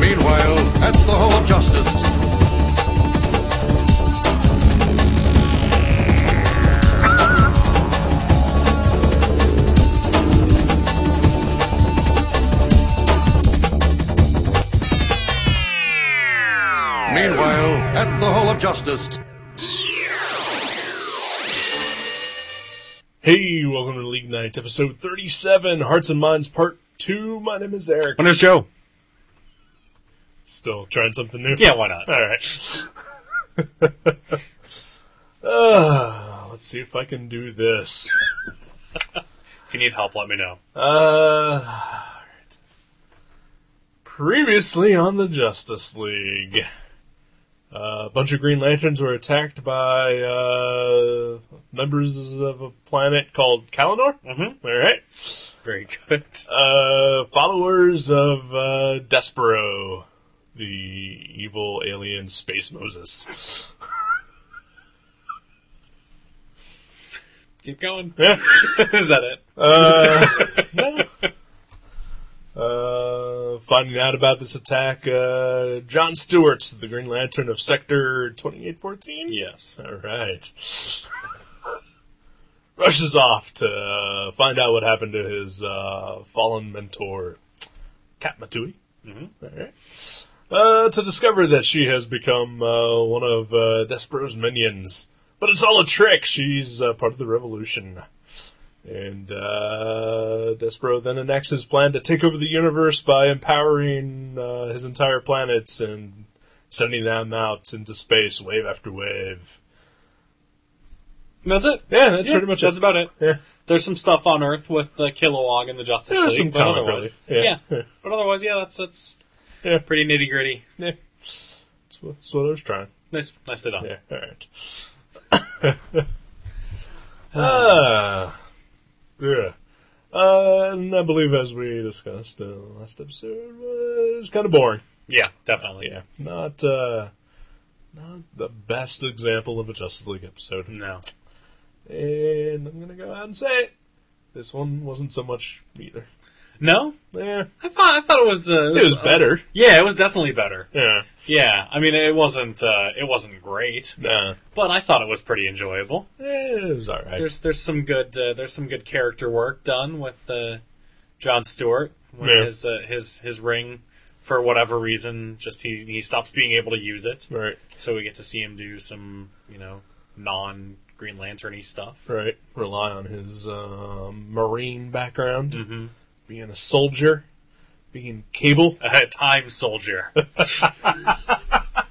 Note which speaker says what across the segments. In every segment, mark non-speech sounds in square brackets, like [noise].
Speaker 1: Meanwhile, at the Hall of Justice. Meanwhile, at the Hall of Justice.
Speaker 2: Hey, welcome to League Night, episode 37, Hearts and Minds, part 2. My name is Eric.
Speaker 3: My name's Joe.
Speaker 2: Still trying something new?
Speaker 3: Yeah, why not?
Speaker 2: All right. [laughs] uh, let's see if I can do this.
Speaker 3: If you need help, let
Speaker 2: [laughs]
Speaker 3: me know.
Speaker 2: Uh, Ah, all right. Previously on the Justice League, uh, a bunch of Green Lanterns were attacked by uh, members of a planet called Kalinor.
Speaker 3: Mm-hmm.
Speaker 2: All right.
Speaker 3: Very good.
Speaker 2: uh, followers of uh, Despero, the evil alien space Moses. [laughs]
Speaker 3: Keep going.
Speaker 2: Yeah.
Speaker 3: [laughs] Is that it?
Speaker 2: Uh, yeah. Uh, finding out about this attack, uh, John Stewart, the Green Lantern of Sector 2814.
Speaker 3: Yes.
Speaker 2: All right. Rushes off to uh, find out what happened to his uh, fallen mentor, Kat Matui. Mm-hmm. right. Uh, to discover that she has become uh, one of uh, Despero's minions. But it's all a trick. She's uh, part of the revolution. And uh, Despero then enacts his plan to take over the universe by empowering uh, his entire planets and sending them out into space wave after wave.
Speaker 3: That's it.
Speaker 2: Yeah, that's pretty much
Speaker 3: That's
Speaker 2: it.
Speaker 3: about it.
Speaker 2: Yeah.
Speaker 3: There's some stuff on Earth with the Kilowog and the Justice
Speaker 2: There's
Speaker 3: League,
Speaker 2: some
Speaker 3: but
Speaker 2: comic
Speaker 3: otherwise,
Speaker 2: relief. Yeah. Yeah.
Speaker 3: But otherwise, yeah, that's that's
Speaker 2: Yeah.
Speaker 3: pretty nitty gritty.
Speaker 2: Yeah. That's what, that's what I was trying.
Speaker 3: Nice, nicely done.
Speaker 2: Yeah,
Speaker 3: [laughs]
Speaker 2: alright. Ah. yeah. Uh, and I believe, as we discussed uh, last episode, was kind of boring.
Speaker 3: Yeah, definitely.
Speaker 2: Yeah, not uh, not the best example of a Justice League episode.
Speaker 3: No.
Speaker 2: And I'm gonna go out and say it. This one wasn't so much either.
Speaker 3: No.
Speaker 2: Yeah,
Speaker 3: I thought I thought it was uh,
Speaker 2: it was better.
Speaker 3: Yeah, it was definitely better.
Speaker 2: Yeah,
Speaker 3: Yeah, I mean it wasn't uh, it wasn't great,
Speaker 2: nah,
Speaker 3: but I thought it was pretty enjoyable.
Speaker 2: Eh, it was all right.
Speaker 3: There's there's some good uh, there's some good character work done with uh, John Stewart when
Speaker 2: Yeah.
Speaker 3: his uh, his his ring for whatever reason just he he stops being able to use it,
Speaker 2: right,
Speaker 3: so we get to see him do some you know non Green Lanterny stuff. [laughs]
Speaker 2: right. Rely on his um, marine background,
Speaker 3: Mm-hmm.
Speaker 2: being a soldier, being Cable.
Speaker 3: A time soldier.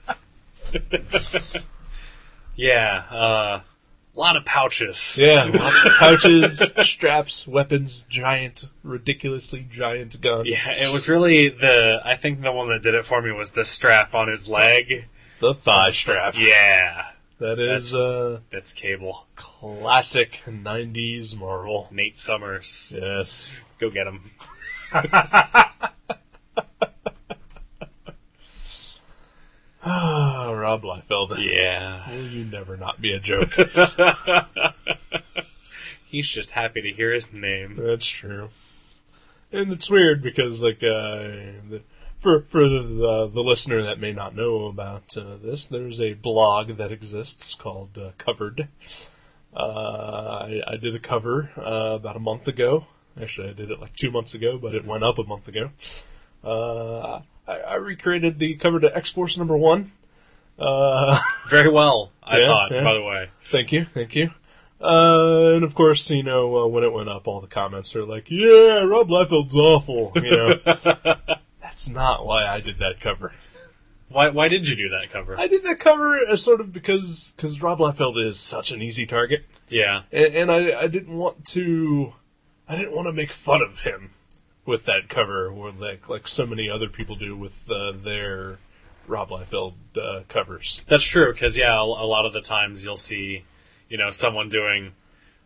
Speaker 3: [laughs] yeah, uh, a lot of pouches.
Speaker 2: Yeah, [laughs] lots of pouches, straps, weapons, giant, ridiculously giant gun.
Speaker 3: Yeah, it was really the. I think the one that did it for me was the strap on his leg.
Speaker 2: the thigh strap.
Speaker 3: Yeah,
Speaker 2: That is
Speaker 3: That's-
Speaker 2: uh,
Speaker 3: that's Cable.
Speaker 2: classic '90s Marvel.
Speaker 3: Nate Summers,
Speaker 2: Yes.
Speaker 3: go get him.
Speaker 2: Ah, Rob Liefeld.
Speaker 3: Yeah,
Speaker 2: Will you never not be a joke?
Speaker 3: he's just happy to hear his name.
Speaker 2: That's true. And it's weird because, like, uh, the, for for the the listener that may not know about uh, this, there's a blog that exists called uh, Covered. Uh, I, I did a cover uh, about a month ago. Actually, I did it like two months ago, but it went up a month ago. Uh, I, I recreated the cover to X Force number one. Uh,
Speaker 3: Very well, I
Speaker 2: Yeah,
Speaker 3: thought.
Speaker 2: yeah.
Speaker 3: By the way,
Speaker 2: Thank you, thank you. Uh, and of course, you know, uh, when it went up, all the comments are like, "Yeah, Rob Liefeld's awful." You
Speaker 3: [laughs]
Speaker 2: know, that's not why I did that cover.
Speaker 3: why why did you do that cover?
Speaker 2: I did that cover as sort of because because Rob Liefeld is such an easy target,
Speaker 3: yeah,
Speaker 2: and, and I I didn't want to I didn't want to make fun of him with that cover, or like like so many other people do with uh, their Rob Liefeld uh, covers.
Speaker 3: that's true. Because yeah, a, a lot of the times you'll see, you know, someone doing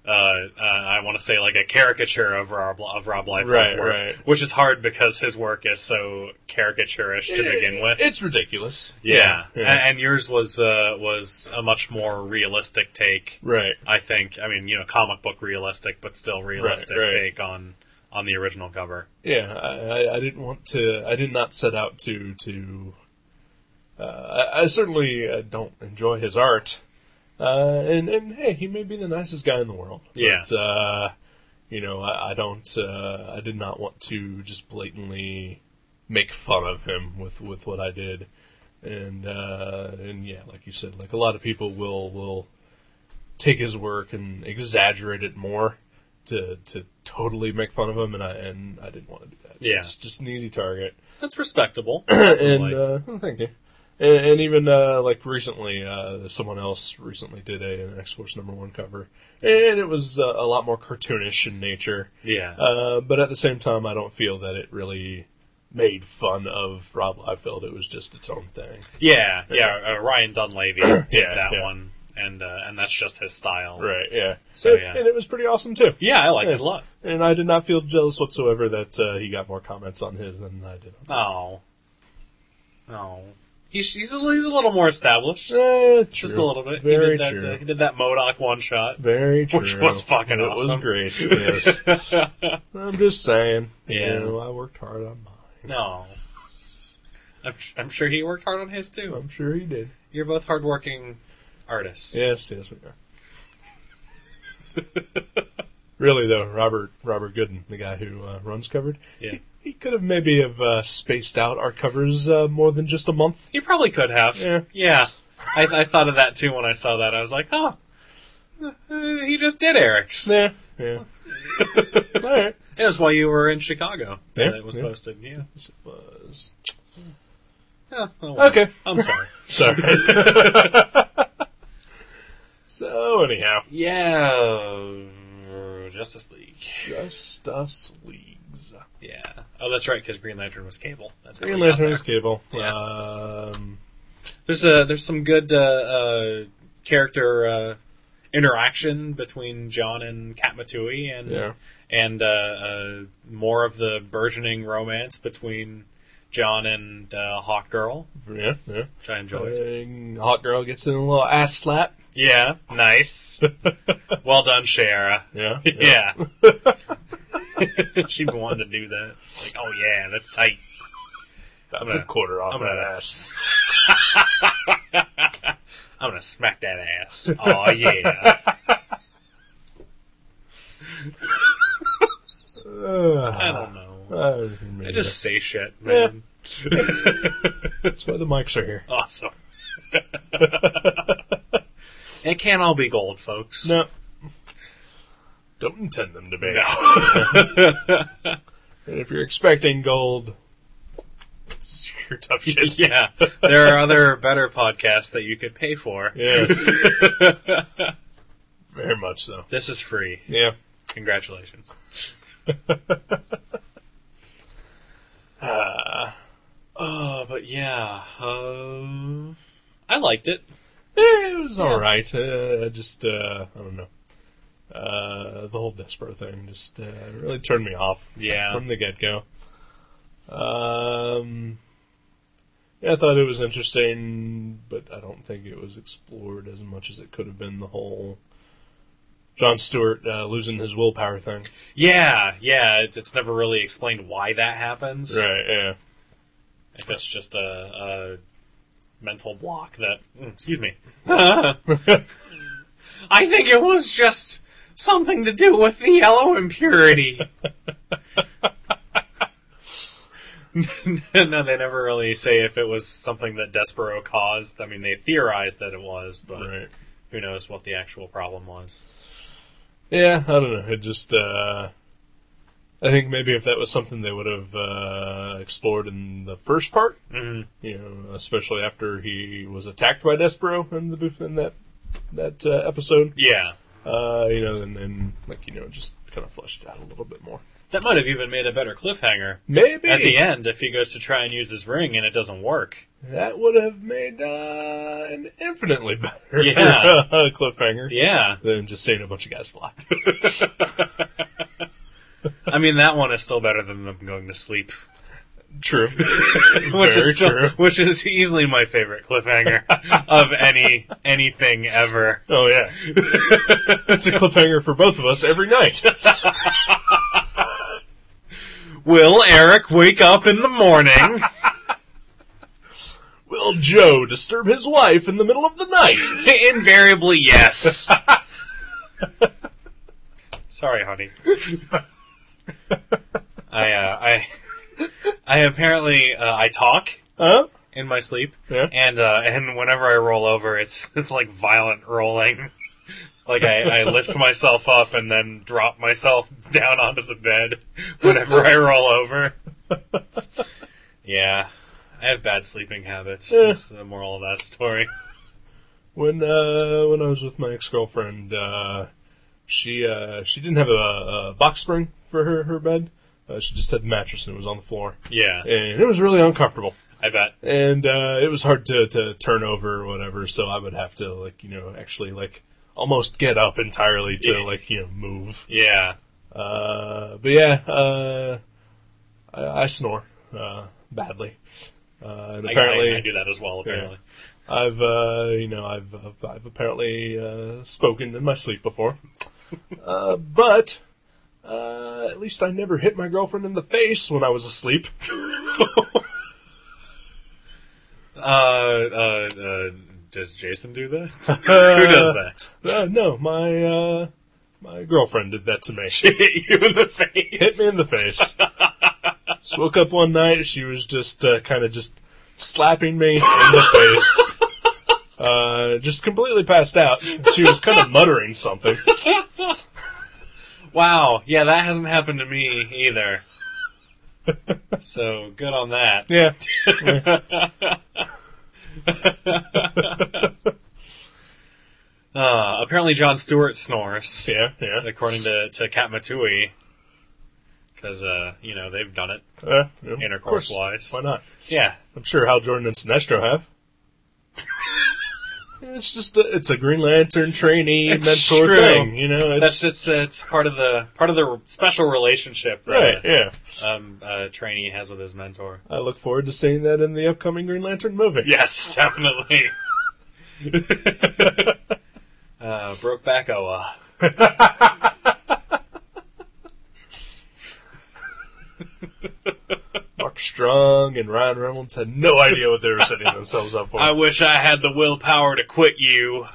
Speaker 3: uh, uh, I want to say like a caricature of Rob, of Rob Liefeld's
Speaker 2: Right,
Speaker 3: work,
Speaker 2: right.
Speaker 3: which is hard because his work is so caricaturish to begin with.
Speaker 2: It's ridiculous.
Speaker 3: yeah,
Speaker 2: Yeah.
Speaker 3: A- And, yours was uh, was a much more realistic take.
Speaker 2: Right.
Speaker 3: I think. I mean, you know, comic book realistic, but still realistic
Speaker 2: right.
Speaker 3: take on on the original cover.
Speaker 2: Yeah, I, I- I didn't want to. I did not set out to to. Uh, I, I certainly uh, don't enjoy his art, uh, and and hey, he may be the nicest guy in the world.
Speaker 3: Yeah.
Speaker 2: But, uh, you know, I, I don't. Uh, I did not want to just blatantly make fun of him with with what I did, and uh, and yeah, like you said, like a lot of people will will take his work and exaggerate it more to to totally make fun of him, and I and I didn't want to do that.
Speaker 3: Yeah.
Speaker 2: it's just an easy
Speaker 3: [clears throat]
Speaker 2: target.
Speaker 3: That's respectable.
Speaker 2: and
Speaker 3: Like-
Speaker 2: uh, oh, thank you. And, and even uh, like recently, uh, someone else recently did a an X Force number one cover, and it was uh, a lot more cartoonish in nature.
Speaker 3: [coughs] yeah.
Speaker 2: Uh, but at the same time, I don't feel that it really made fun of Rob Liefeld. It was just its own thing.
Speaker 3: yeah, yeah. Uh, Ryan Dunleavy did
Speaker 2: [coughs] Yeah,
Speaker 3: that
Speaker 2: yeah.
Speaker 3: one, and uh, and that's just his style.
Speaker 2: Right. Yeah.
Speaker 3: So,
Speaker 2: And-
Speaker 3: yeah.
Speaker 2: and it was pretty awesome too.
Speaker 3: Yeah, I liked it a lot.
Speaker 2: And I did not feel jealous whatsoever that uh, he got more comments on his than I did. on
Speaker 3: Oh, oh. He's he's a, he's a little more established.
Speaker 2: Eh,
Speaker 3: Just
Speaker 2: true.
Speaker 3: a little bit.
Speaker 2: Very
Speaker 3: he did that,
Speaker 2: true.
Speaker 3: Uh, he did that Modoc one shot.
Speaker 2: Very true.
Speaker 3: Which was fucking
Speaker 2: It
Speaker 3: awesome.
Speaker 2: was [laughs] great. Yes. I'm just saying.
Speaker 3: Yeah.
Speaker 2: You know, I worked hard on mine.
Speaker 3: No. I'm, su- I'm sure he worked hard on his too.
Speaker 2: I'm sure he did.
Speaker 3: You're both hardworking artists.
Speaker 2: Yes, yes, we are. [laughs] really though, Robert Robert Gooden, the guy who uh, runs covered,
Speaker 3: Yeah.
Speaker 2: he could have maybe have uh, spaced out our covers uh, more than just a month.
Speaker 3: You probably could have.
Speaker 2: Yeah.
Speaker 3: I, I thought of that too when I saw that. I was like, oh, uh, he just did Eric's.
Speaker 2: Yeah, yeah. All right.
Speaker 3: It was while you were in Chicago
Speaker 2: Yeah,
Speaker 3: that it was
Speaker 2: yeah.
Speaker 3: posted. Yeah.
Speaker 2: This was-
Speaker 3: Yeah, oh well.
Speaker 2: Okay.
Speaker 3: I'm sorry.
Speaker 2: [laughs] Sorry. so anyhow,
Speaker 3: yeah. uh, Justice League.
Speaker 2: just us leagues.
Speaker 3: Yeah. Oh, that's right, because Green Lantern was Cable. That's how
Speaker 2: Green
Speaker 3: we got
Speaker 2: Lantern's
Speaker 3: there.
Speaker 2: cable.
Speaker 3: Yeah.
Speaker 2: Um,
Speaker 3: There's a there's some good uh, uh, character uh, interaction between John and Kat Matui and
Speaker 2: Yeah.
Speaker 3: and uh, uh, more of the burgeoning romance between John and uh, Hawk Girl,
Speaker 2: yeah, Oh, yeah.
Speaker 3: which I enjoyed.
Speaker 2: And Hot girl gets in a little ass slap.
Speaker 3: yeah,
Speaker 2: [laughs]
Speaker 3: nice. well done, Shara.
Speaker 2: Yeah,
Speaker 3: Yeah.
Speaker 2: [laughs]
Speaker 3: [laughs] she wanted to do that. Like, oh yeah, that's tight.
Speaker 2: That's
Speaker 3: gonna-
Speaker 2: a quarter off
Speaker 3: I'm
Speaker 2: that
Speaker 3: gonna-
Speaker 2: ass.
Speaker 3: [laughs] I'm gonna smack that ass.
Speaker 2: [laughs]
Speaker 3: Oh yeah. I
Speaker 2: Ugh.
Speaker 3: don't know.
Speaker 2: Uh,
Speaker 3: I just say shit,
Speaker 2: Yeah.
Speaker 3: man.
Speaker 2: [laughs] that's why the mics are here.
Speaker 3: Awesome. it can't all be gold, folks. [laughs]
Speaker 2: No, don't intend them to be.
Speaker 3: No.
Speaker 2: And if you're expecting gold, [laughs] it's your tough shit.
Speaker 3: yeah. There are other better podcasts that you could pay for.
Speaker 2: Yes, very much so.
Speaker 3: This is free.
Speaker 2: Yeah. [laughs]
Speaker 3: Congratulations. uh, but yeah, uh, I liked it.
Speaker 2: Eh, it was all right. Uh, just uh, I don't know. Uh, the whole Despero thing just uh, really turned me off.
Speaker 3: Yeah.
Speaker 2: from the get go. Um, yeah, I thought it was interesting, but I don't think it was explored as much as it could have been. The whole John Stewart uh, losing his willpower thing.
Speaker 3: Yeah, yeah. It, it's never really explained why that happens.
Speaker 2: Right. Yeah.
Speaker 3: If it's just a, a mental block that, mm, excuse [laughs] me. I think it was just something to do with the yellow impurity. [laughs] no, they never really say if it was something that Despero caused. I mean, they theorized that it was, but
Speaker 2: Right.
Speaker 3: who knows what the actual problem was.
Speaker 2: Yeah, I don't know. It just, uh, I think maybe if that was something they would have uh, explored in the first part,
Speaker 3: Mhm.
Speaker 2: you know, especially after he was attacked by Despero in the booth in that that uh, episode,
Speaker 3: Yeah.
Speaker 2: uh, you know, and then like you know, just kind of fleshed it out a little bit more.
Speaker 3: That might have even made a better cliffhanger.
Speaker 2: Maybe
Speaker 3: At the end, if he goes to try and use his ring and it doesn't work,
Speaker 2: That would have made uh, an infinitely better
Speaker 3: Yeah.
Speaker 2: [laughs] cliffhanger
Speaker 3: Yeah.
Speaker 2: than just seeing a bunch of guys fly. [laughs]
Speaker 3: I mean, that one is still better than them going to sleep, [laughs]
Speaker 2: True.
Speaker 3: which
Speaker 2: Very
Speaker 3: is still,
Speaker 2: true.
Speaker 3: which is easily my favorite
Speaker 2: [laughs]
Speaker 3: cliffhanger of any anything ever.
Speaker 2: Oh yeah, [laughs] it's a cliffhanger for both of us every night. [laughs]
Speaker 3: Will Eric wake up in the morning? [laughs]
Speaker 2: Will Joe disturb his wife in the middle of the night?
Speaker 3: Invariably,
Speaker 2: [laughs]
Speaker 3: yes. Sorry, honey. I uh, I [laughs] I apparently uh, I talk
Speaker 2: Huh?
Speaker 3: in my sleep,
Speaker 2: Yeah.
Speaker 3: and uh, and whenever I roll over, it's [laughs] it's like violent rolling. [laughs] Like I, I lift myself up and then drop myself [laughs] down onto the bed [laughs] whenever I roll over. [laughs] Yeah, I have bad sleeping habits.
Speaker 2: Yeah.
Speaker 3: That's the moral of that story. [laughs]
Speaker 2: When uh, when I was with my ex girlfriend, uh, she uh, she didn't have a, a box spring for her her bed. Uh, she just had the mattress and it was on the floor,
Speaker 3: Yeah,
Speaker 2: and it was really uncomfortable.
Speaker 3: I bet.
Speaker 2: and uh, it was hard to, to turn over or whatever. So I would have to like you know actually like almost get up entirely to
Speaker 3: Yeah.
Speaker 2: like you know move.
Speaker 3: Yeah.
Speaker 2: Uh, but yeah, uh, I, I snore uh, badly. Uh, and
Speaker 3: I-
Speaker 2: apparently,
Speaker 3: I, I do that as well. Apparently,
Speaker 2: I've uh, you know I've I've, I've apparently uh, spoken in my sleep before, [laughs] uh, but uh, at least I never hit my girlfriend in the face when I was asleep.
Speaker 3: uh, uh, uh, does Jason do
Speaker 2: [laughs]
Speaker 3: that? [laughs] Who [laughs] does
Speaker 2: Uh, no, my uh, my girlfriend did that to me. She
Speaker 3: that? Hit you in the face.
Speaker 2: hit me in the face. just woke up one night. She was just uh, kind of just slapping me in the face. Uh, just completely passed out. She was kind of muttering something.
Speaker 3: Wow. Yeah, that hasn't happened to me either. so good on that.
Speaker 2: Yeah.
Speaker 3: Uh, apparently, John Stewart snores,
Speaker 2: Yeah, yeah.
Speaker 3: according to to Kat Matui, because uh, you know they've done it.
Speaker 2: Uh, yeah.
Speaker 3: Intercourse
Speaker 2: Of course.
Speaker 3: wise.
Speaker 2: Why not?
Speaker 3: Yeah.
Speaker 2: I'm sure Hal Jordan and Sinestro
Speaker 3: [laughs]
Speaker 2: have. It's just a, it's a Green Lantern trainee
Speaker 3: It's
Speaker 2: mentor
Speaker 3: true.
Speaker 2: thing, you know. It's,
Speaker 3: That's it's it's part of the part of the special relationship
Speaker 2: right.
Speaker 3: that
Speaker 2: Yeah,
Speaker 3: um, uh, trainee has with his mentor.
Speaker 2: I look forward to seeing that in the upcoming Green Lantern movie.
Speaker 3: Yes, definitely. [laughs] uh, Brokeback Oa.
Speaker 2: Mark Strong and Ryan Reynolds had
Speaker 3: [laughs]
Speaker 2: no idea what they were setting themselves up for.
Speaker 3: I wish I had the willpower to quit you.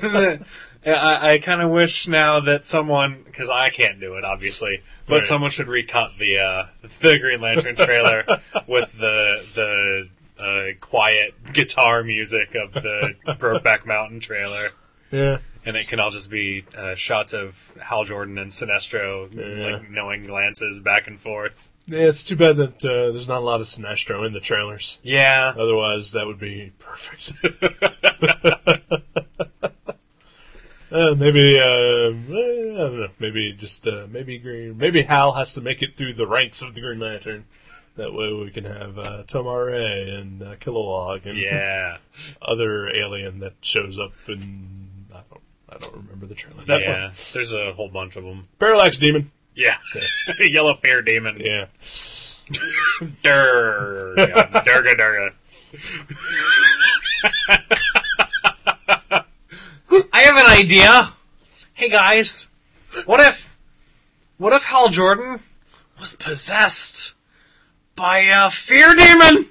Speaker 3: I, [laughs] I kind of wish now that someone, because I can't do it, obviously, but
Speaker 2: Right.
Speaker 3: someone should recut the uh, the Green Lantern [laughs] trailer with the the uh, quiet guitar music of [laughs] the Brokeback Mountain trailer
Speaker 2: yeah,
Speaker 3: and it can all just be uh, shots of Hal Jordan and Sinestro,
Speaker 2: Yeah.
Speaker 3: like knowing glances back and forth.
Speaker 2: yeah. It's too bad that uh, there's not a lot of Sinestro in the trailers.
Speaker 3: Yeah,
Speaker 2: Otherwise, that would be perfect. [laughs] uh, maybe uh, eh, I don't know. Maybe just uh, maybe Green. Maybe Hal has to make it through the ranks of the Green Lantern. That way, we can have uh, Tomare and uh, Kilowog and
Speaker 3: yeah,
Speaker 2: other alien that shows up in I don't I don't remember the trailer. [laughs] That one.
Speaker 3: yeah. There's a whole bunch of them.
Speaker 2: Parallax Demon.
Speaker 3: Yeah, [laughs] yellow fair demon.
Speaker 2: Yeah.
Speaker 3: Durr, yeah. durga durga. I have an idea. Hey guys, what if, what if Hal Jordan was possessed by a fear demon,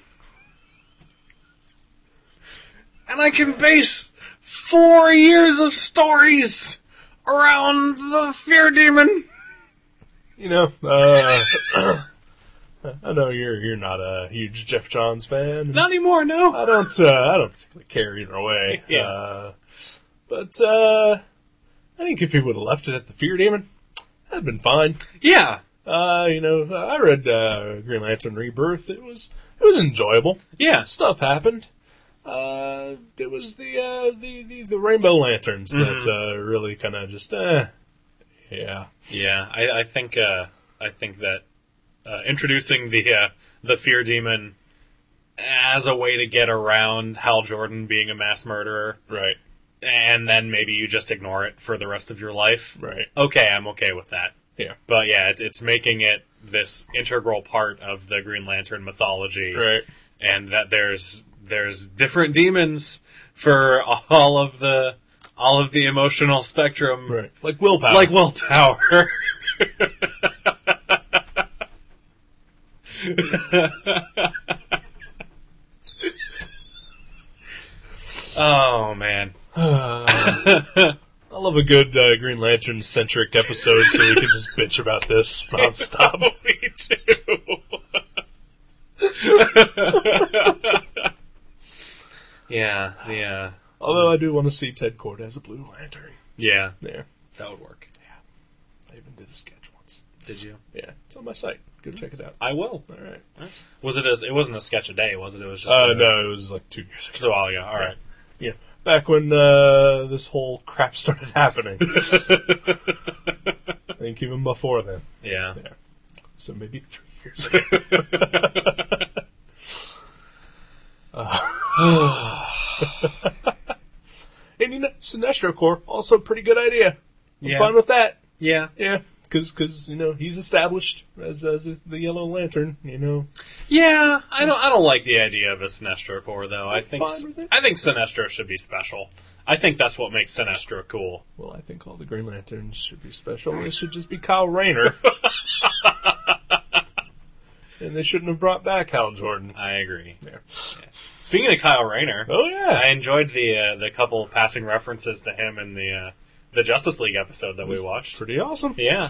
Speaker 3: and I can base four years of stories around the fear demon?
Speaker 2: You know, uh, [coughs] I know you're you're not a huge Jeff Johns fan.
Speaker 3: Not anymore, no.
Speaker 2: I don't uh, I don't particularly care either way.
Speaker 3: [laughs] Yeah.
Speaker 2: Uh, but uh, I think if he would have left it at the Fear Demon, that'd been fine.
Speaker 3: Yeah,
Speaker 2: Uh, you know, I read uh, Green Lantern Rebirth. It was it was enjoyable.
Speaker 3: yeah,
Speaker 2: Stuff happened. Uh, it was the uh, the, the the Rainbow
Speaker 3: Mm-hmm.
Speaker 2: Lanterns that uh, really kind of just eh, yeah.
Speaker 3: Yeah, I, I think uh, I think that uh, introducing the uh, the fear demon as a way to get around Hal Jordan being a mass murderer,
Speaker 2: Right.
Speaker 3: and then maybe you just ignore it for the rest of your life.
Speaker 2: Right.
Speaker 3: Okay, I'm okay with that.
Speaker 2: Yeah.
Speaker 3: But yeah, it, it's making it this integral part of the Green Lantern mythology,
Speaker 2: Right.
Speaker 3: and that there's there's different demons for all of the all of the emotional spectrum,
Speaker 2: Right. Like willpower.
Speaker 3: like willpower. [laughs] oh man,
Speaker 2: I love a good uh, Green Lantern centric episode so we can just [laughs] bitch about this nonstop.
Speaker 3: Oh, me too. [laughs] yeah, yeah,
Speaker 2: [laughs] Although I do want to see Ted Cord as a Blue Lantern.
Speaker 3: yeah.
Speaker 2: There.
Speaker 3: That would work.
Speaker 2: I even did a sketch once.
Speaker 3: Did you?
Speaker 2: Yeah, it's on my site. Go check it out.
Speaker 3: I will.
Speaker 2: All right.
Speaker 3: Was it? A, it wasn't a sketch a day, was it? It was just.
Speaker 2: Uh,
Speaker 3: a,
Speaker 2: no, it was like two years
Speaker 3: It
Speaker 2: ago.
Speaker 3: was a while ago. All right.
Speaker 2: Yeah, back when uh, this whole crap started [laughs] happening. I think even before then.
Speaker 3: Yeah.
Speaker 2: Yeah. So maybe three years ago. [laughs]
Speaker 3: [laughs]
Speaker 2: And you know, Sinestro Corps, also pretty good idea. I'm
Speaker 3: Yeah.
Speaker 2: fine with that.
Speaker 3: Yeah.
Speaker 2: Yeah, because you know he's established as as the Yellow Lantern. You know,
Speaker 3: Yeah, I don't. I don't like the idea of a Sinestro Corps, though. I
Speaker 2: I'm
Speaker 3: think.
Speaker 2: fine with it.
Speaker 3: I think Sinestro should be special. I think that's what makes Sinestro cool.
Speaker 2: well, I think all the Green Lanterns should be special. They should just be Kyle Rayner. [laughs] and they shouldn't have brought back Hal Jordan.
Speaker 3: I agree.
Speaker 2: There.
Speaker 3: Speaking of Kyle Rayner,
Speaker 2: Oh yeah,
Speaker 3: I enjoyed the uh, the couple passing references to him in the uh, the Justice League episode that we watched.
Speaker 2: pretty awesome.
Speaker 3: Yeah.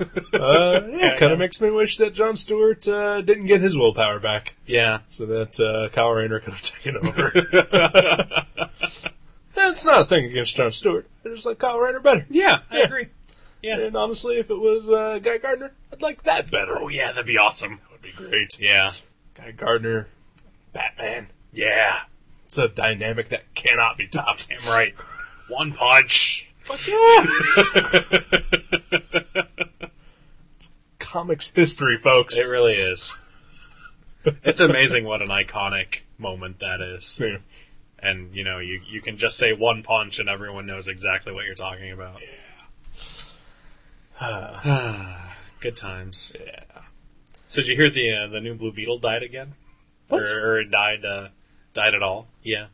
Speaker 2: Uh,
Speaker 3: [laughs]
Speaker 2: yeah,
Speaker 3: I
Speaker 2: kind
Speaker 3: know.
Speaker 2: of makes me wish that John Stewart uh, didn't get his willpower back,
Speaker 3: Yeah.
Speaker 2: so that uh, Kyle Rayner could have [laughs] taken
Speaker 3: [laughs]
Speaker 2: over. That's not a thing against John Stewart. I just like Kyle Rayner better.
Speaker 3: Yeah. I
Speaker 2: Yeah.
Speaker 3: agree. Yeah.
Speaker 2: And honestly, if it was uh, Guy Gardner, I'd like that better.
Speaker 3: Oh yeah, that'd be awesome. That would be
Speaker 2: great.
Speaker 3: Yeah.
Speaker 2: Guy Gardner, Batman.
Speaker 3: Yeah.
Speaker 2: It's a dynamic that cannot be
Speaker 3: [laughs]
Speaker 2: topped.
Speaker 3: Damn right. One punch.
Speaker 2: Fuck yeah! It's comics history, folks.
Speaker 3: It really is. it's amazing what an iconic moment that is.
Speaker 2: Yeah.
Speaker 3: And you know, you you can just say one punch and everyone knows exactly what you're talking about. [sighs] Good times.
Speaker 2: Yeah.
Speaker 3: So did you hear the uh, the new Blue Beetle died again?
Speaker 2: What?
Speaker 3: Or, or it died uh, died at all? Yeah.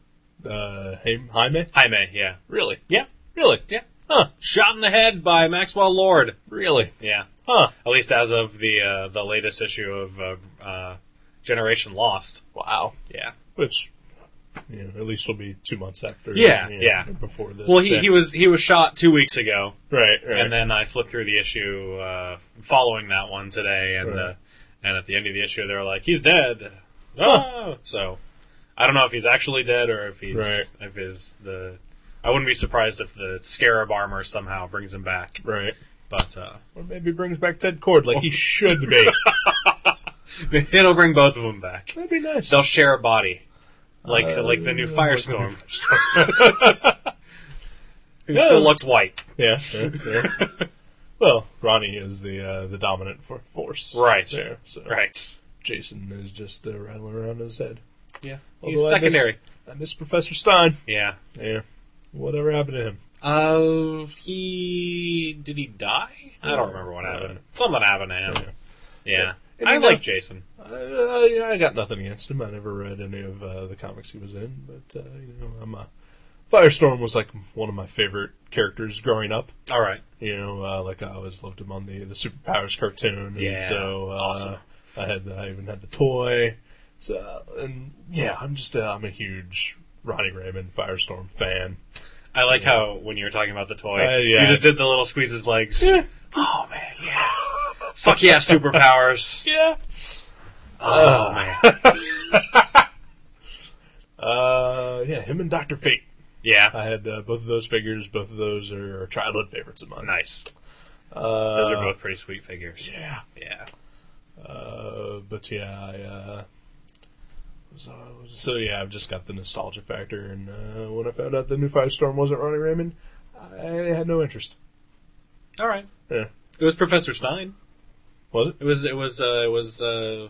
Speaker 2: Uh, Haim- Jaime?
Speaker 3: Jaime, yeah.
Speaker 2: Really?
Speaker 3: Yeah.
Speaker 2: Really?
Speaker 3: Yeah.
Speaker 2: Huh.
Speaker 3: Shot in the head by Maxwell Lord.
Speaker 2: Really?
Speaker 3: Yeah.
Speaker 2: Huh.
Speaker 3: At least as of the uh, the latest issue of uh, uh, Generation Lost.
Speaker 2: Wow.
Speaker 3: Yeah.
Speaker 2: Which, you know, at least will be two months after.
Speaker 3: Yeah,
Speaker 2: you know,
Speaker 3: yeah.
Speaker 2: Before this.
Speaker 3: Well, he,
Speaker 2: thing.
Speaker 3: he was he was shot two weeks ago,
Speaker 2: Right, right.
Speaker 3: and then I flipped through the issue uh, following that one today, and
Speaker 2: Right.
Speaker 3: uh, and at the end of the issue, they're like, he's dead. Oh, so I don't know if he's actually dead or if he's
Speaker 2: Right.
Speaker 3: if his the. I wouldn't be surprised if the scarab armor somehow brings him back,
Speaker 2: Right.
Speaker 3: but uh,
Speaker 2: Or maybe brings back Ted Cord like
Speaker 3: Oh.
Speaker 2: he should be.
Speaker 3: [laughs] it'll bring both of them back.
Speaker 2: That'd be nice.
Speaker 3: They'll share a body, like
Speaker 2: Uh,
Speaker 3: like the new
Speaker 2: like the new
Speaker 3: Firestorm, [laughs] who still
Speaker 2: Yeah.
Speaker 3: looks white. [laughs]
Speaker 2: Yeah. yeah, yeah. well, Ronnie is the uh, the dominant for- force.
Speaker 3: Right.
Speaker 2: There. So
Speaker 3: Right.
Speaker 2: Jason is just uh, rattling around his head.
Speaker 3: Yeah.
Speaker 2: Although
Speaker 3: He's
Speaker 2: I miss-
Speaker 3: secondary.
Speaker 2: I miss Professor Stein.
Speaker 3: Yeah.
Speaker 2: Yeah. Whatever happened to him?
Speaker 3: Uh, he did he die? I
Speaker 2: Yeah.
Speaker 3: don't remember what happened. Something happened to him. Yeah,
Speaker 2: And
Speaker 3: I
Speaker 2: you know-
Speaker 3: like Jason.
Speaker 2: I, I, I got nothing against him. I never read any of uh, the comics he was in, but uh, you know, I'm a Firestorm was like one of my favorite characters growing up.
Speaker 3: All right.
Speaker 2: You know, uh, like I always loved him on the the Superpowers cartoon, and
Speaker 3: Yeah,
Speaker 2: so uh,
Speaker 3: awesome.
Speaker 2: I had the, I even had the toy. So and yeah, I'm just uh, I'm a huge Ronnie Raymond Firestorm fan.
Speaker 3: I like how when you were talking about the toy,
Speaker 2: Uh, yeah.
Speaker 3: you just did the little squeeze his legs.
Speaker 2: Yeah.
Speaker 3: Oh man, yeah. Fuck yeah,
Speaker 2: [laughs]
Speaker 3: superpowers.
Speaker 2: Yeah.
Speaker 3: oh man.
Speaker 2: Uh, yeah, him and Doctor Fate.
Speaker 3: [laughs] Yeah.
Speaker 2: I had uh, both of those figures. Both of those are childhood favorites of mine.
Speaker 3: Nice.
Speaker 2: Uh,
Speaker 3: Those are both pretty sweet figures.
Speaker 2: Yeah.
Speaker 3: Yeah.
Speaker 2: Uh, but yeah, I, uh, so, so yeah, I've just got the nostalgia factor, and uh, when I found out the new Firestorm wasn't Ronnie Raymond, I had no interest.
Speaker 3: All right.
Speaker 2: Yeah.
Speaker 3: It was Professor Stein.
Speaker 2: Was it?
Speaker 3: It was. It was. Uh, it was. Uh,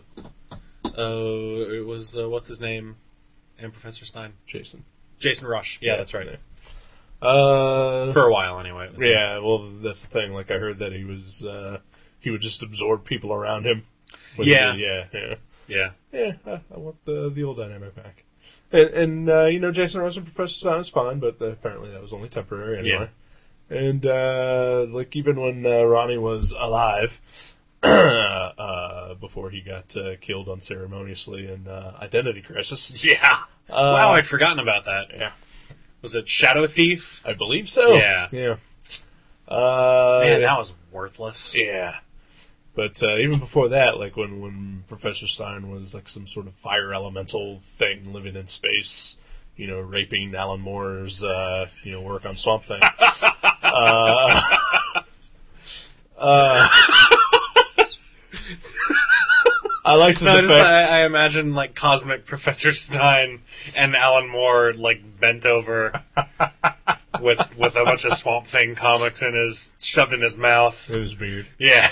Speaker 3: uh, it was. Uh, what's his name? And Professor Stein.
Speaker 2: Jason.
Speaker 3: Jason Rush. Yeah, that's right.
Speaker 2: Uh,
Speaker 3: For a while, anyway. it was-
Speaker 2: yeah, well, that's the thing. Like, I heard that he was, uh, he would just absorb people around him. Which
Speaker 3: Yeah.
Speaker 2: is- yeah, yeah.
Speaker 3: Yeah.
Speaker 2: Yeah, I, I want the the old dynamic back. And, and uh, you know, Jason Rosen Professor Stein is fine, but uh, apparently that was only temporary anyway. And uh, like even when uh, Ronnie was alive, [clears throat] uh, before he got uh, killed unceremoniously in uh, Identity Crisis,
Speaker 3: [laughs] Yeah.
Speaker 2: Uh,
Speaker 3: wow, I'd forgotten about that.
Speaker 2: yeah,
Speaker 3: Was it Shadow Thief?
Speaker 2: I believe so.
Speaker 3: Yeah.
Speaker 2: yeah. Uh,
Speaker 3: Oh, Man, that was worthless.
Speaker 2: Yeah. But uh, even before that, like when, when Professor Stein was like some sort of fire elemental thing living in space, you know, raping Alan Moore's uh, you know work on Swamp
Speaker 3: [laughs]
Speaker 2: Thing. uh, uh, [laughs] I liked
Speaker 3: No,
Speaker 2: the
Speaker 3: just,
Speaker 2: fact.
Speaker 3: I, I imagine like cosmic [laughs] Professor Stein and Alan Moore like
Speaker 2: [laughs]
Speaker 3: bent over with with a bunch of Swamp Thing comics in his shoved in his mouth.
Speaker 2: it was weird. [laughs]
Speaker 3: Yeah,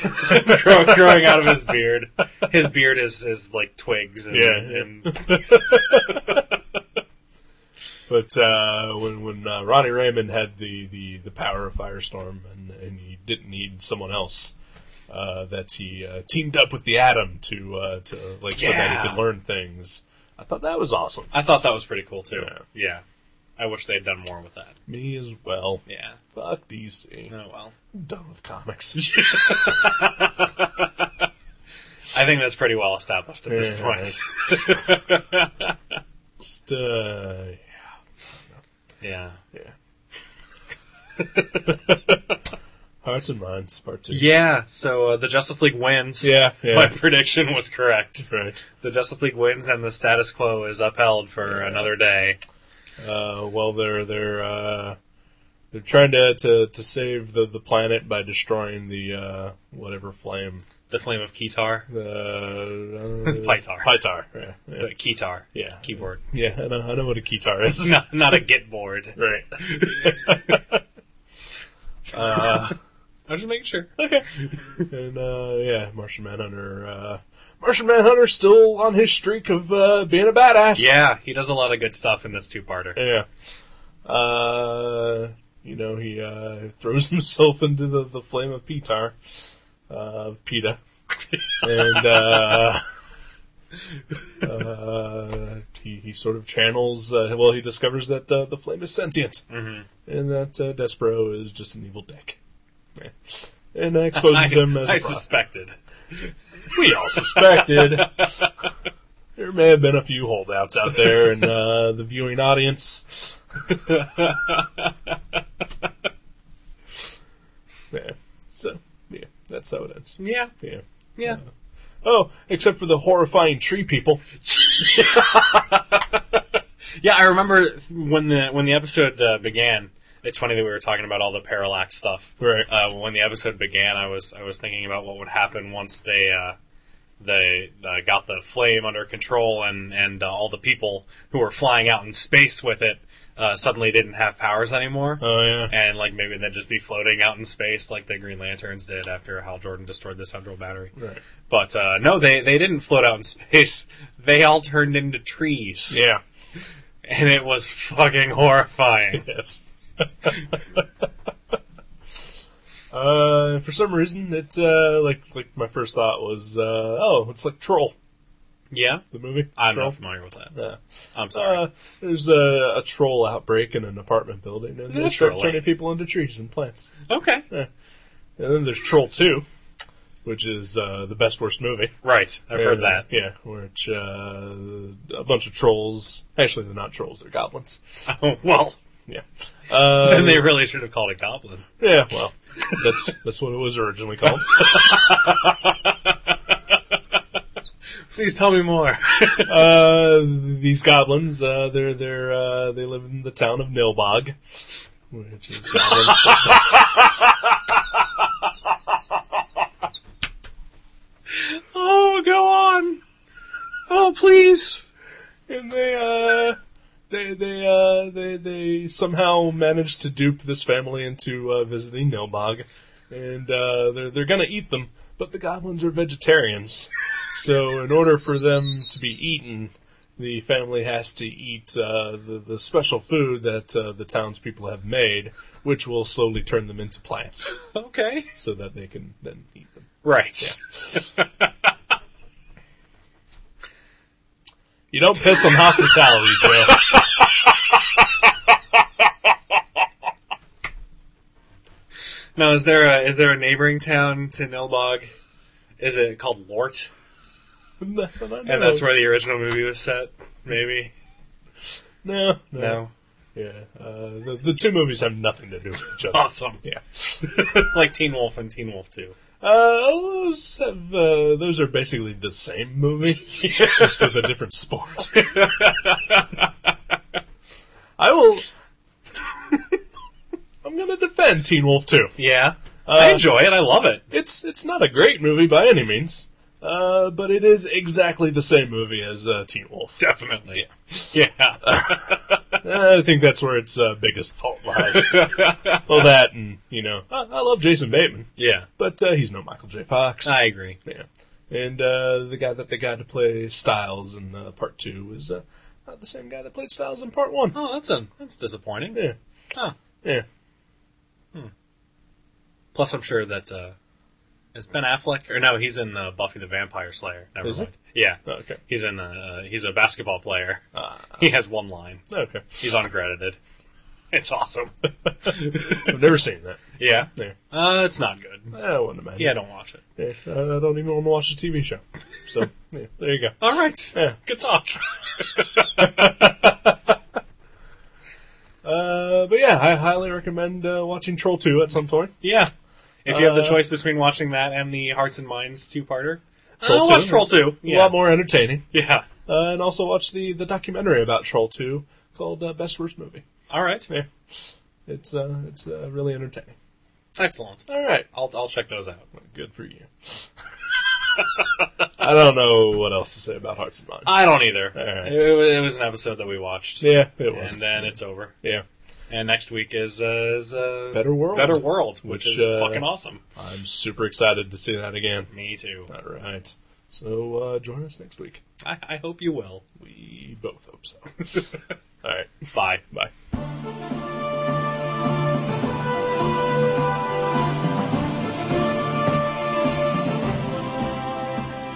Speaker 3: [laughs] Grow, growing out of his beard. His beard is is like twigs. And,
Speaker 2: Yeah.
Speaker 3: and
Speaker 2: But uh, when when uh, Ronnie Raymond had the, the, the power of Firestorm and, and he didn't need someone else, uh, that he uh, teamed up with the Atom to uh, to like so that he
Speaker 3: Yeah.
Speaker 2: could learn things. I thought that was awesome.
Speaker 3: I thought that was pretty cool too.
Speaker 2: Yeah.
Speaker 3: Yeah. I wish they had done more with that.
Speaker 2: Me as well.
Speaker 3: Yeah.
Speaker 2: Fuck DC.
Speaker 3: Oh well.
Speaker 2: I'm done with comics. [laughs]
Speaker 3: I think that's pretty well established at this
Speaker 2: Yeah.
Speaker 3: point. [laughs]
Speaker 2: Just uh,
Speaker 3: yeah.
Speaker 2: yeah. Hearts and minds, part two.
Speaker 3: Yeah. So uh, the Justice League wins.
Speaker 2: Yeah, yeah.
Speaker 3: My [laughs] prediction was correct.
Speaker 2: Right.
Speaker 3: the Justice League wins and the status quo is upheld for
Speaker 2: Yeah.
Speaker 3: another day.
Speaker 2: Uh, well, they're they're uh, they're trying to, to, to save the, the planet by destroying the uh, whatever flame.
Speaker 3: The Flame of Kitar. [laughs]
Speaker 2: The uh,
Speaker 3: It's Pytar.
Speaker 2: Pytar. Yeah. Yeah.
Speaker 3: But Kitar.
Speaker 2: Yeah.
Speaker 3: Keyboard. [laughs]
Speaker 2: yeah I, know, I know what a keytar is.
Speaker 3: Not, not a Git board.
Speaker 2: [laughs] Right.
Speaker 3: I was just making sure.
Speaker 2: Okay. and uh, yeah, Martian Manhunter. Uh, Martian Manhunter still on his streak of uh, being a badass.
Speaker 3: Yeah, he does a lot of good stuff in this two-parter.
Speaker 2: [laughs] Yeah. Uh, you know, he uh, throws [laughs] himself into the, the flame of Petar, uh, of PETA. [laughs] and uh, uh, he, he sort of channels, uh, well, he discovers that uh, the flame is sentient. And that uh, Despero is just an evil dick. Yeah. And uh, exposes him as a
Speaker 3: [laughs] I, I
Speaker 2: fraud. [laughs]
Speaker 3: suspected.
Speaker 2: we all suspected. [laughs] there may have been a few holdouts out there in uh, the viewing audience. [laughs] yeah. So, yeah, that's how it ends.
Speaker 3: Yeah,
Speaker 2: Yeah.
Speaker 3: yeah.
Speaker 2: Oh, except for the horrifying tree people.
Speaker 3: Yeah, I remember when the when the episode uh, began. It's funny that we were talking about all the parallax stuff.
Speaker 2: Right.
Speaker 3: Uh, when the episode began, I was I was thinking about what would happen once they uh, they uh, got the flame under control and and uh, all the people who were flying out in space with it uh, suddenly didn't have powers anymore.
Speaker 2: Oh, yeah.
Speaker 3: and like maybe they'd just be floating out in space like the Green Lanterns did after Hal Jordan destroyed the central battery.
Speaker 2: Right.
Speaker 3: But uh, no, they they didn't float out in [laughs] space. They all turned into trees
Speaker 2: Yeah.
Speaker 3: [laughs] and it was fucking horrifying.
Speaker 2: Yes. uh, for some reason, it, uh, like, like my first thought was, uh, oh, it's like Troll,
Speaker 3: Yeah,
Speaker 2: the movie.
Speaker 3: I'm
Speaker 2: Troll.
Speaker 3: not familiar with that.
Speaker 2: Yeah.
Speaker 3: I'm sorry.
Speaker 2: Uh, there's a, a troll outbreak in an apartment building, and they start
Speaker 3: Naturally.
Speaker 2: turning people into trees and plants.
Speaker 3: okay,
Speaker 2: And then there's Troll Two, which is uh, the best worst movie.
Speaker 3: right. I've heard
Speaker 2: Uh,
Speaker 3: that.
Speaker 2: Yeah, which uh, a bunch of trolls. Actually, they're not trolls; they're goblins.
Speaker 3: [laughs] Oh, well,
Speaker 2: Yeah. Uh, [laughs]
Speaker 3: then they really should have called it Goblin.
Speaker 2: Yeah. Well, that's that's what it was originally called.
Speaker 3: Please tell me more.
Speaker 2: uh, these goblins, uh, they're they're uh, they live in the town of Nilbog, which is goblins.
Speaker 3: oh, go on. Oh, please.
Speaker 2: and they uh they they uh they they somehow managed to dupe this family into uh, visiting Nilbog and uh, they're they're gonna eat them. But the goblins are vegetarians, so in order for them to be eaten, the family has to eat uh, the the special food that uh, the townspeople have made, which will slowly turn them into plants,
Speaker 3: [laughs] Okay.
Speaker 2: so that they can then eat them.
Speaker 3: Right.
Speaker 2: You don't piss on hospitality,
Speaker 3: [laughs]
Speaker 2: Joe. [laughs]
Speaker 3: Now, is there a is there a neighboring town to Nilbog? Is it called Lort? And that's where the original movie was set. Maybe.
Speaker 2: No, no,
Speaker 3: No.
Speaker 2: yeah. Uh, the the two movies have nothing to do with each other.
Speaker 3: Awesome. [laughs]
Speaker 2: Yeah.
Speaker 3: like Teen Wolf and Teen Wolf Two.
Speaker 2: Uh, those have, uh, those are basically the same movie, [laughs] just with a different sport. [laughs] I will. [laughs] I'm going to defend Teen Wolf 2.
Speaker 3: Yeah. Uh, I enjoy it. I love it.
Speaker 2: It's it's not a great movie by any means, uh, but it is exactly the same movie as uh, Teen
Speaker 3: [laughs]
Speaker 2: Wolf.
Speaker 3: Definitely. [laughs] Yeah.
Speaker 2: Uh, I think that's where its uh, biggest fault lies. well, that and you know, I, I love Jason Bateman,
Speaker 3: Yeah.
Speaker 2: but uh, he's no Michael J. Fox.
Speaker 3: I agree.
Speaker 2: Yeah. And uh, the guy that they got to play Styles in uh, part two was uh, not the same guy that played Styles in part one.
Speaker 3: Oh, that's a that's disappointing.
Speaker 2: Yeah.
Speaker 3: Huh.
Speaker 2: Yeah.
Speaker 3: Plus, I'm sure that uh, is Ben Affleck or no, he's in uh, Buffy the Vampire Slayer. Never
Speaker 2: Is he? Oh.
Speaker 3: mind. Yeah.
Speaker 2: Okay.
Speaker 3: He's in. Uh, he's a basketball player.
Speaker 2: Uh.
Speaker 3: [laughs] he has one line.
Speaker 2: Okay. [laughs]
Speaker 3: He's uncredited. [laughs] It's awesome.
Speaker 2: I've never seen that.
Speaker 3: yeah.
Speaker 2: [laughs] Yeah.
Speaker 3: Uh, it's not good.
Speaker 2: I wouldn't imagine.
Speaker 3: Yeah, don't watch it.
Speaker 2: Yeah. I I don't even want to watch a TV show.
Speaker 3: [laughs]
Speaker 2: So, yeah, there you go.
Speaker 3: All right.
Speaker 2: Yeah.
Speaker 3: Good talk. [laughs]
Speaker 2: Uh, but yeah, I highly recommend uh, watching Troll 2 at some point.
Speaker 3: Yeah. If you have the
Speaker 2: Uh,
Speaker 3: choice between watching that and the Hearts and Minds two-parter,
Speaker 2: Troll
Speaker 3: I'll
Speaker 2: 2.
Speaker 3: watch Troll Two.
Speaker 2: A
Speaker 3: Yeah.
Speaker 2: lot more entertaining.
Speaker 3: Yeah.
Speaker 2: Uh, and also watch the, the documentary about Troll 2 called uh, Best Worst Movie.
Speaker 3: All right.
Speaker 2: Yeah. It's, uh, it's uh, really entertaining.
Speaker 3: Excellent.
Speaker 2: All right.
Speaker 3: I'll I'll check those out.
Speaker 2: Good for you. [laughs] I don't know what else to say about Hearts and Minds.
Speaker 3: I don't either.
Speaker 2: right.
Speaker 3: It, wa- it was an episode that we watched,
Speaker 2: yeah, it
Speaker 3: and
Speaker 2: was.
Speaker 3: then it's over.
Speaker 2: yeah,
Speaker 3: And next week is uh, is uh,
Speaker 2: Better World.
Speaker 3: Better World, which,
Speaker 2: Which,
Speaker 3: is
Speaker 2: uh,
Speaker 3: fucking awesome.
Speaker 2: I'm super excited to see that again.
Speaker 3: Me too.
Speaker 2: All right. So uh, join us next week.
Speaker 3: I, I hope you will.
Speaker 2: We both hope so. [laughs] All right.
Speaker 3: Bye.
Speaker 2: Bye.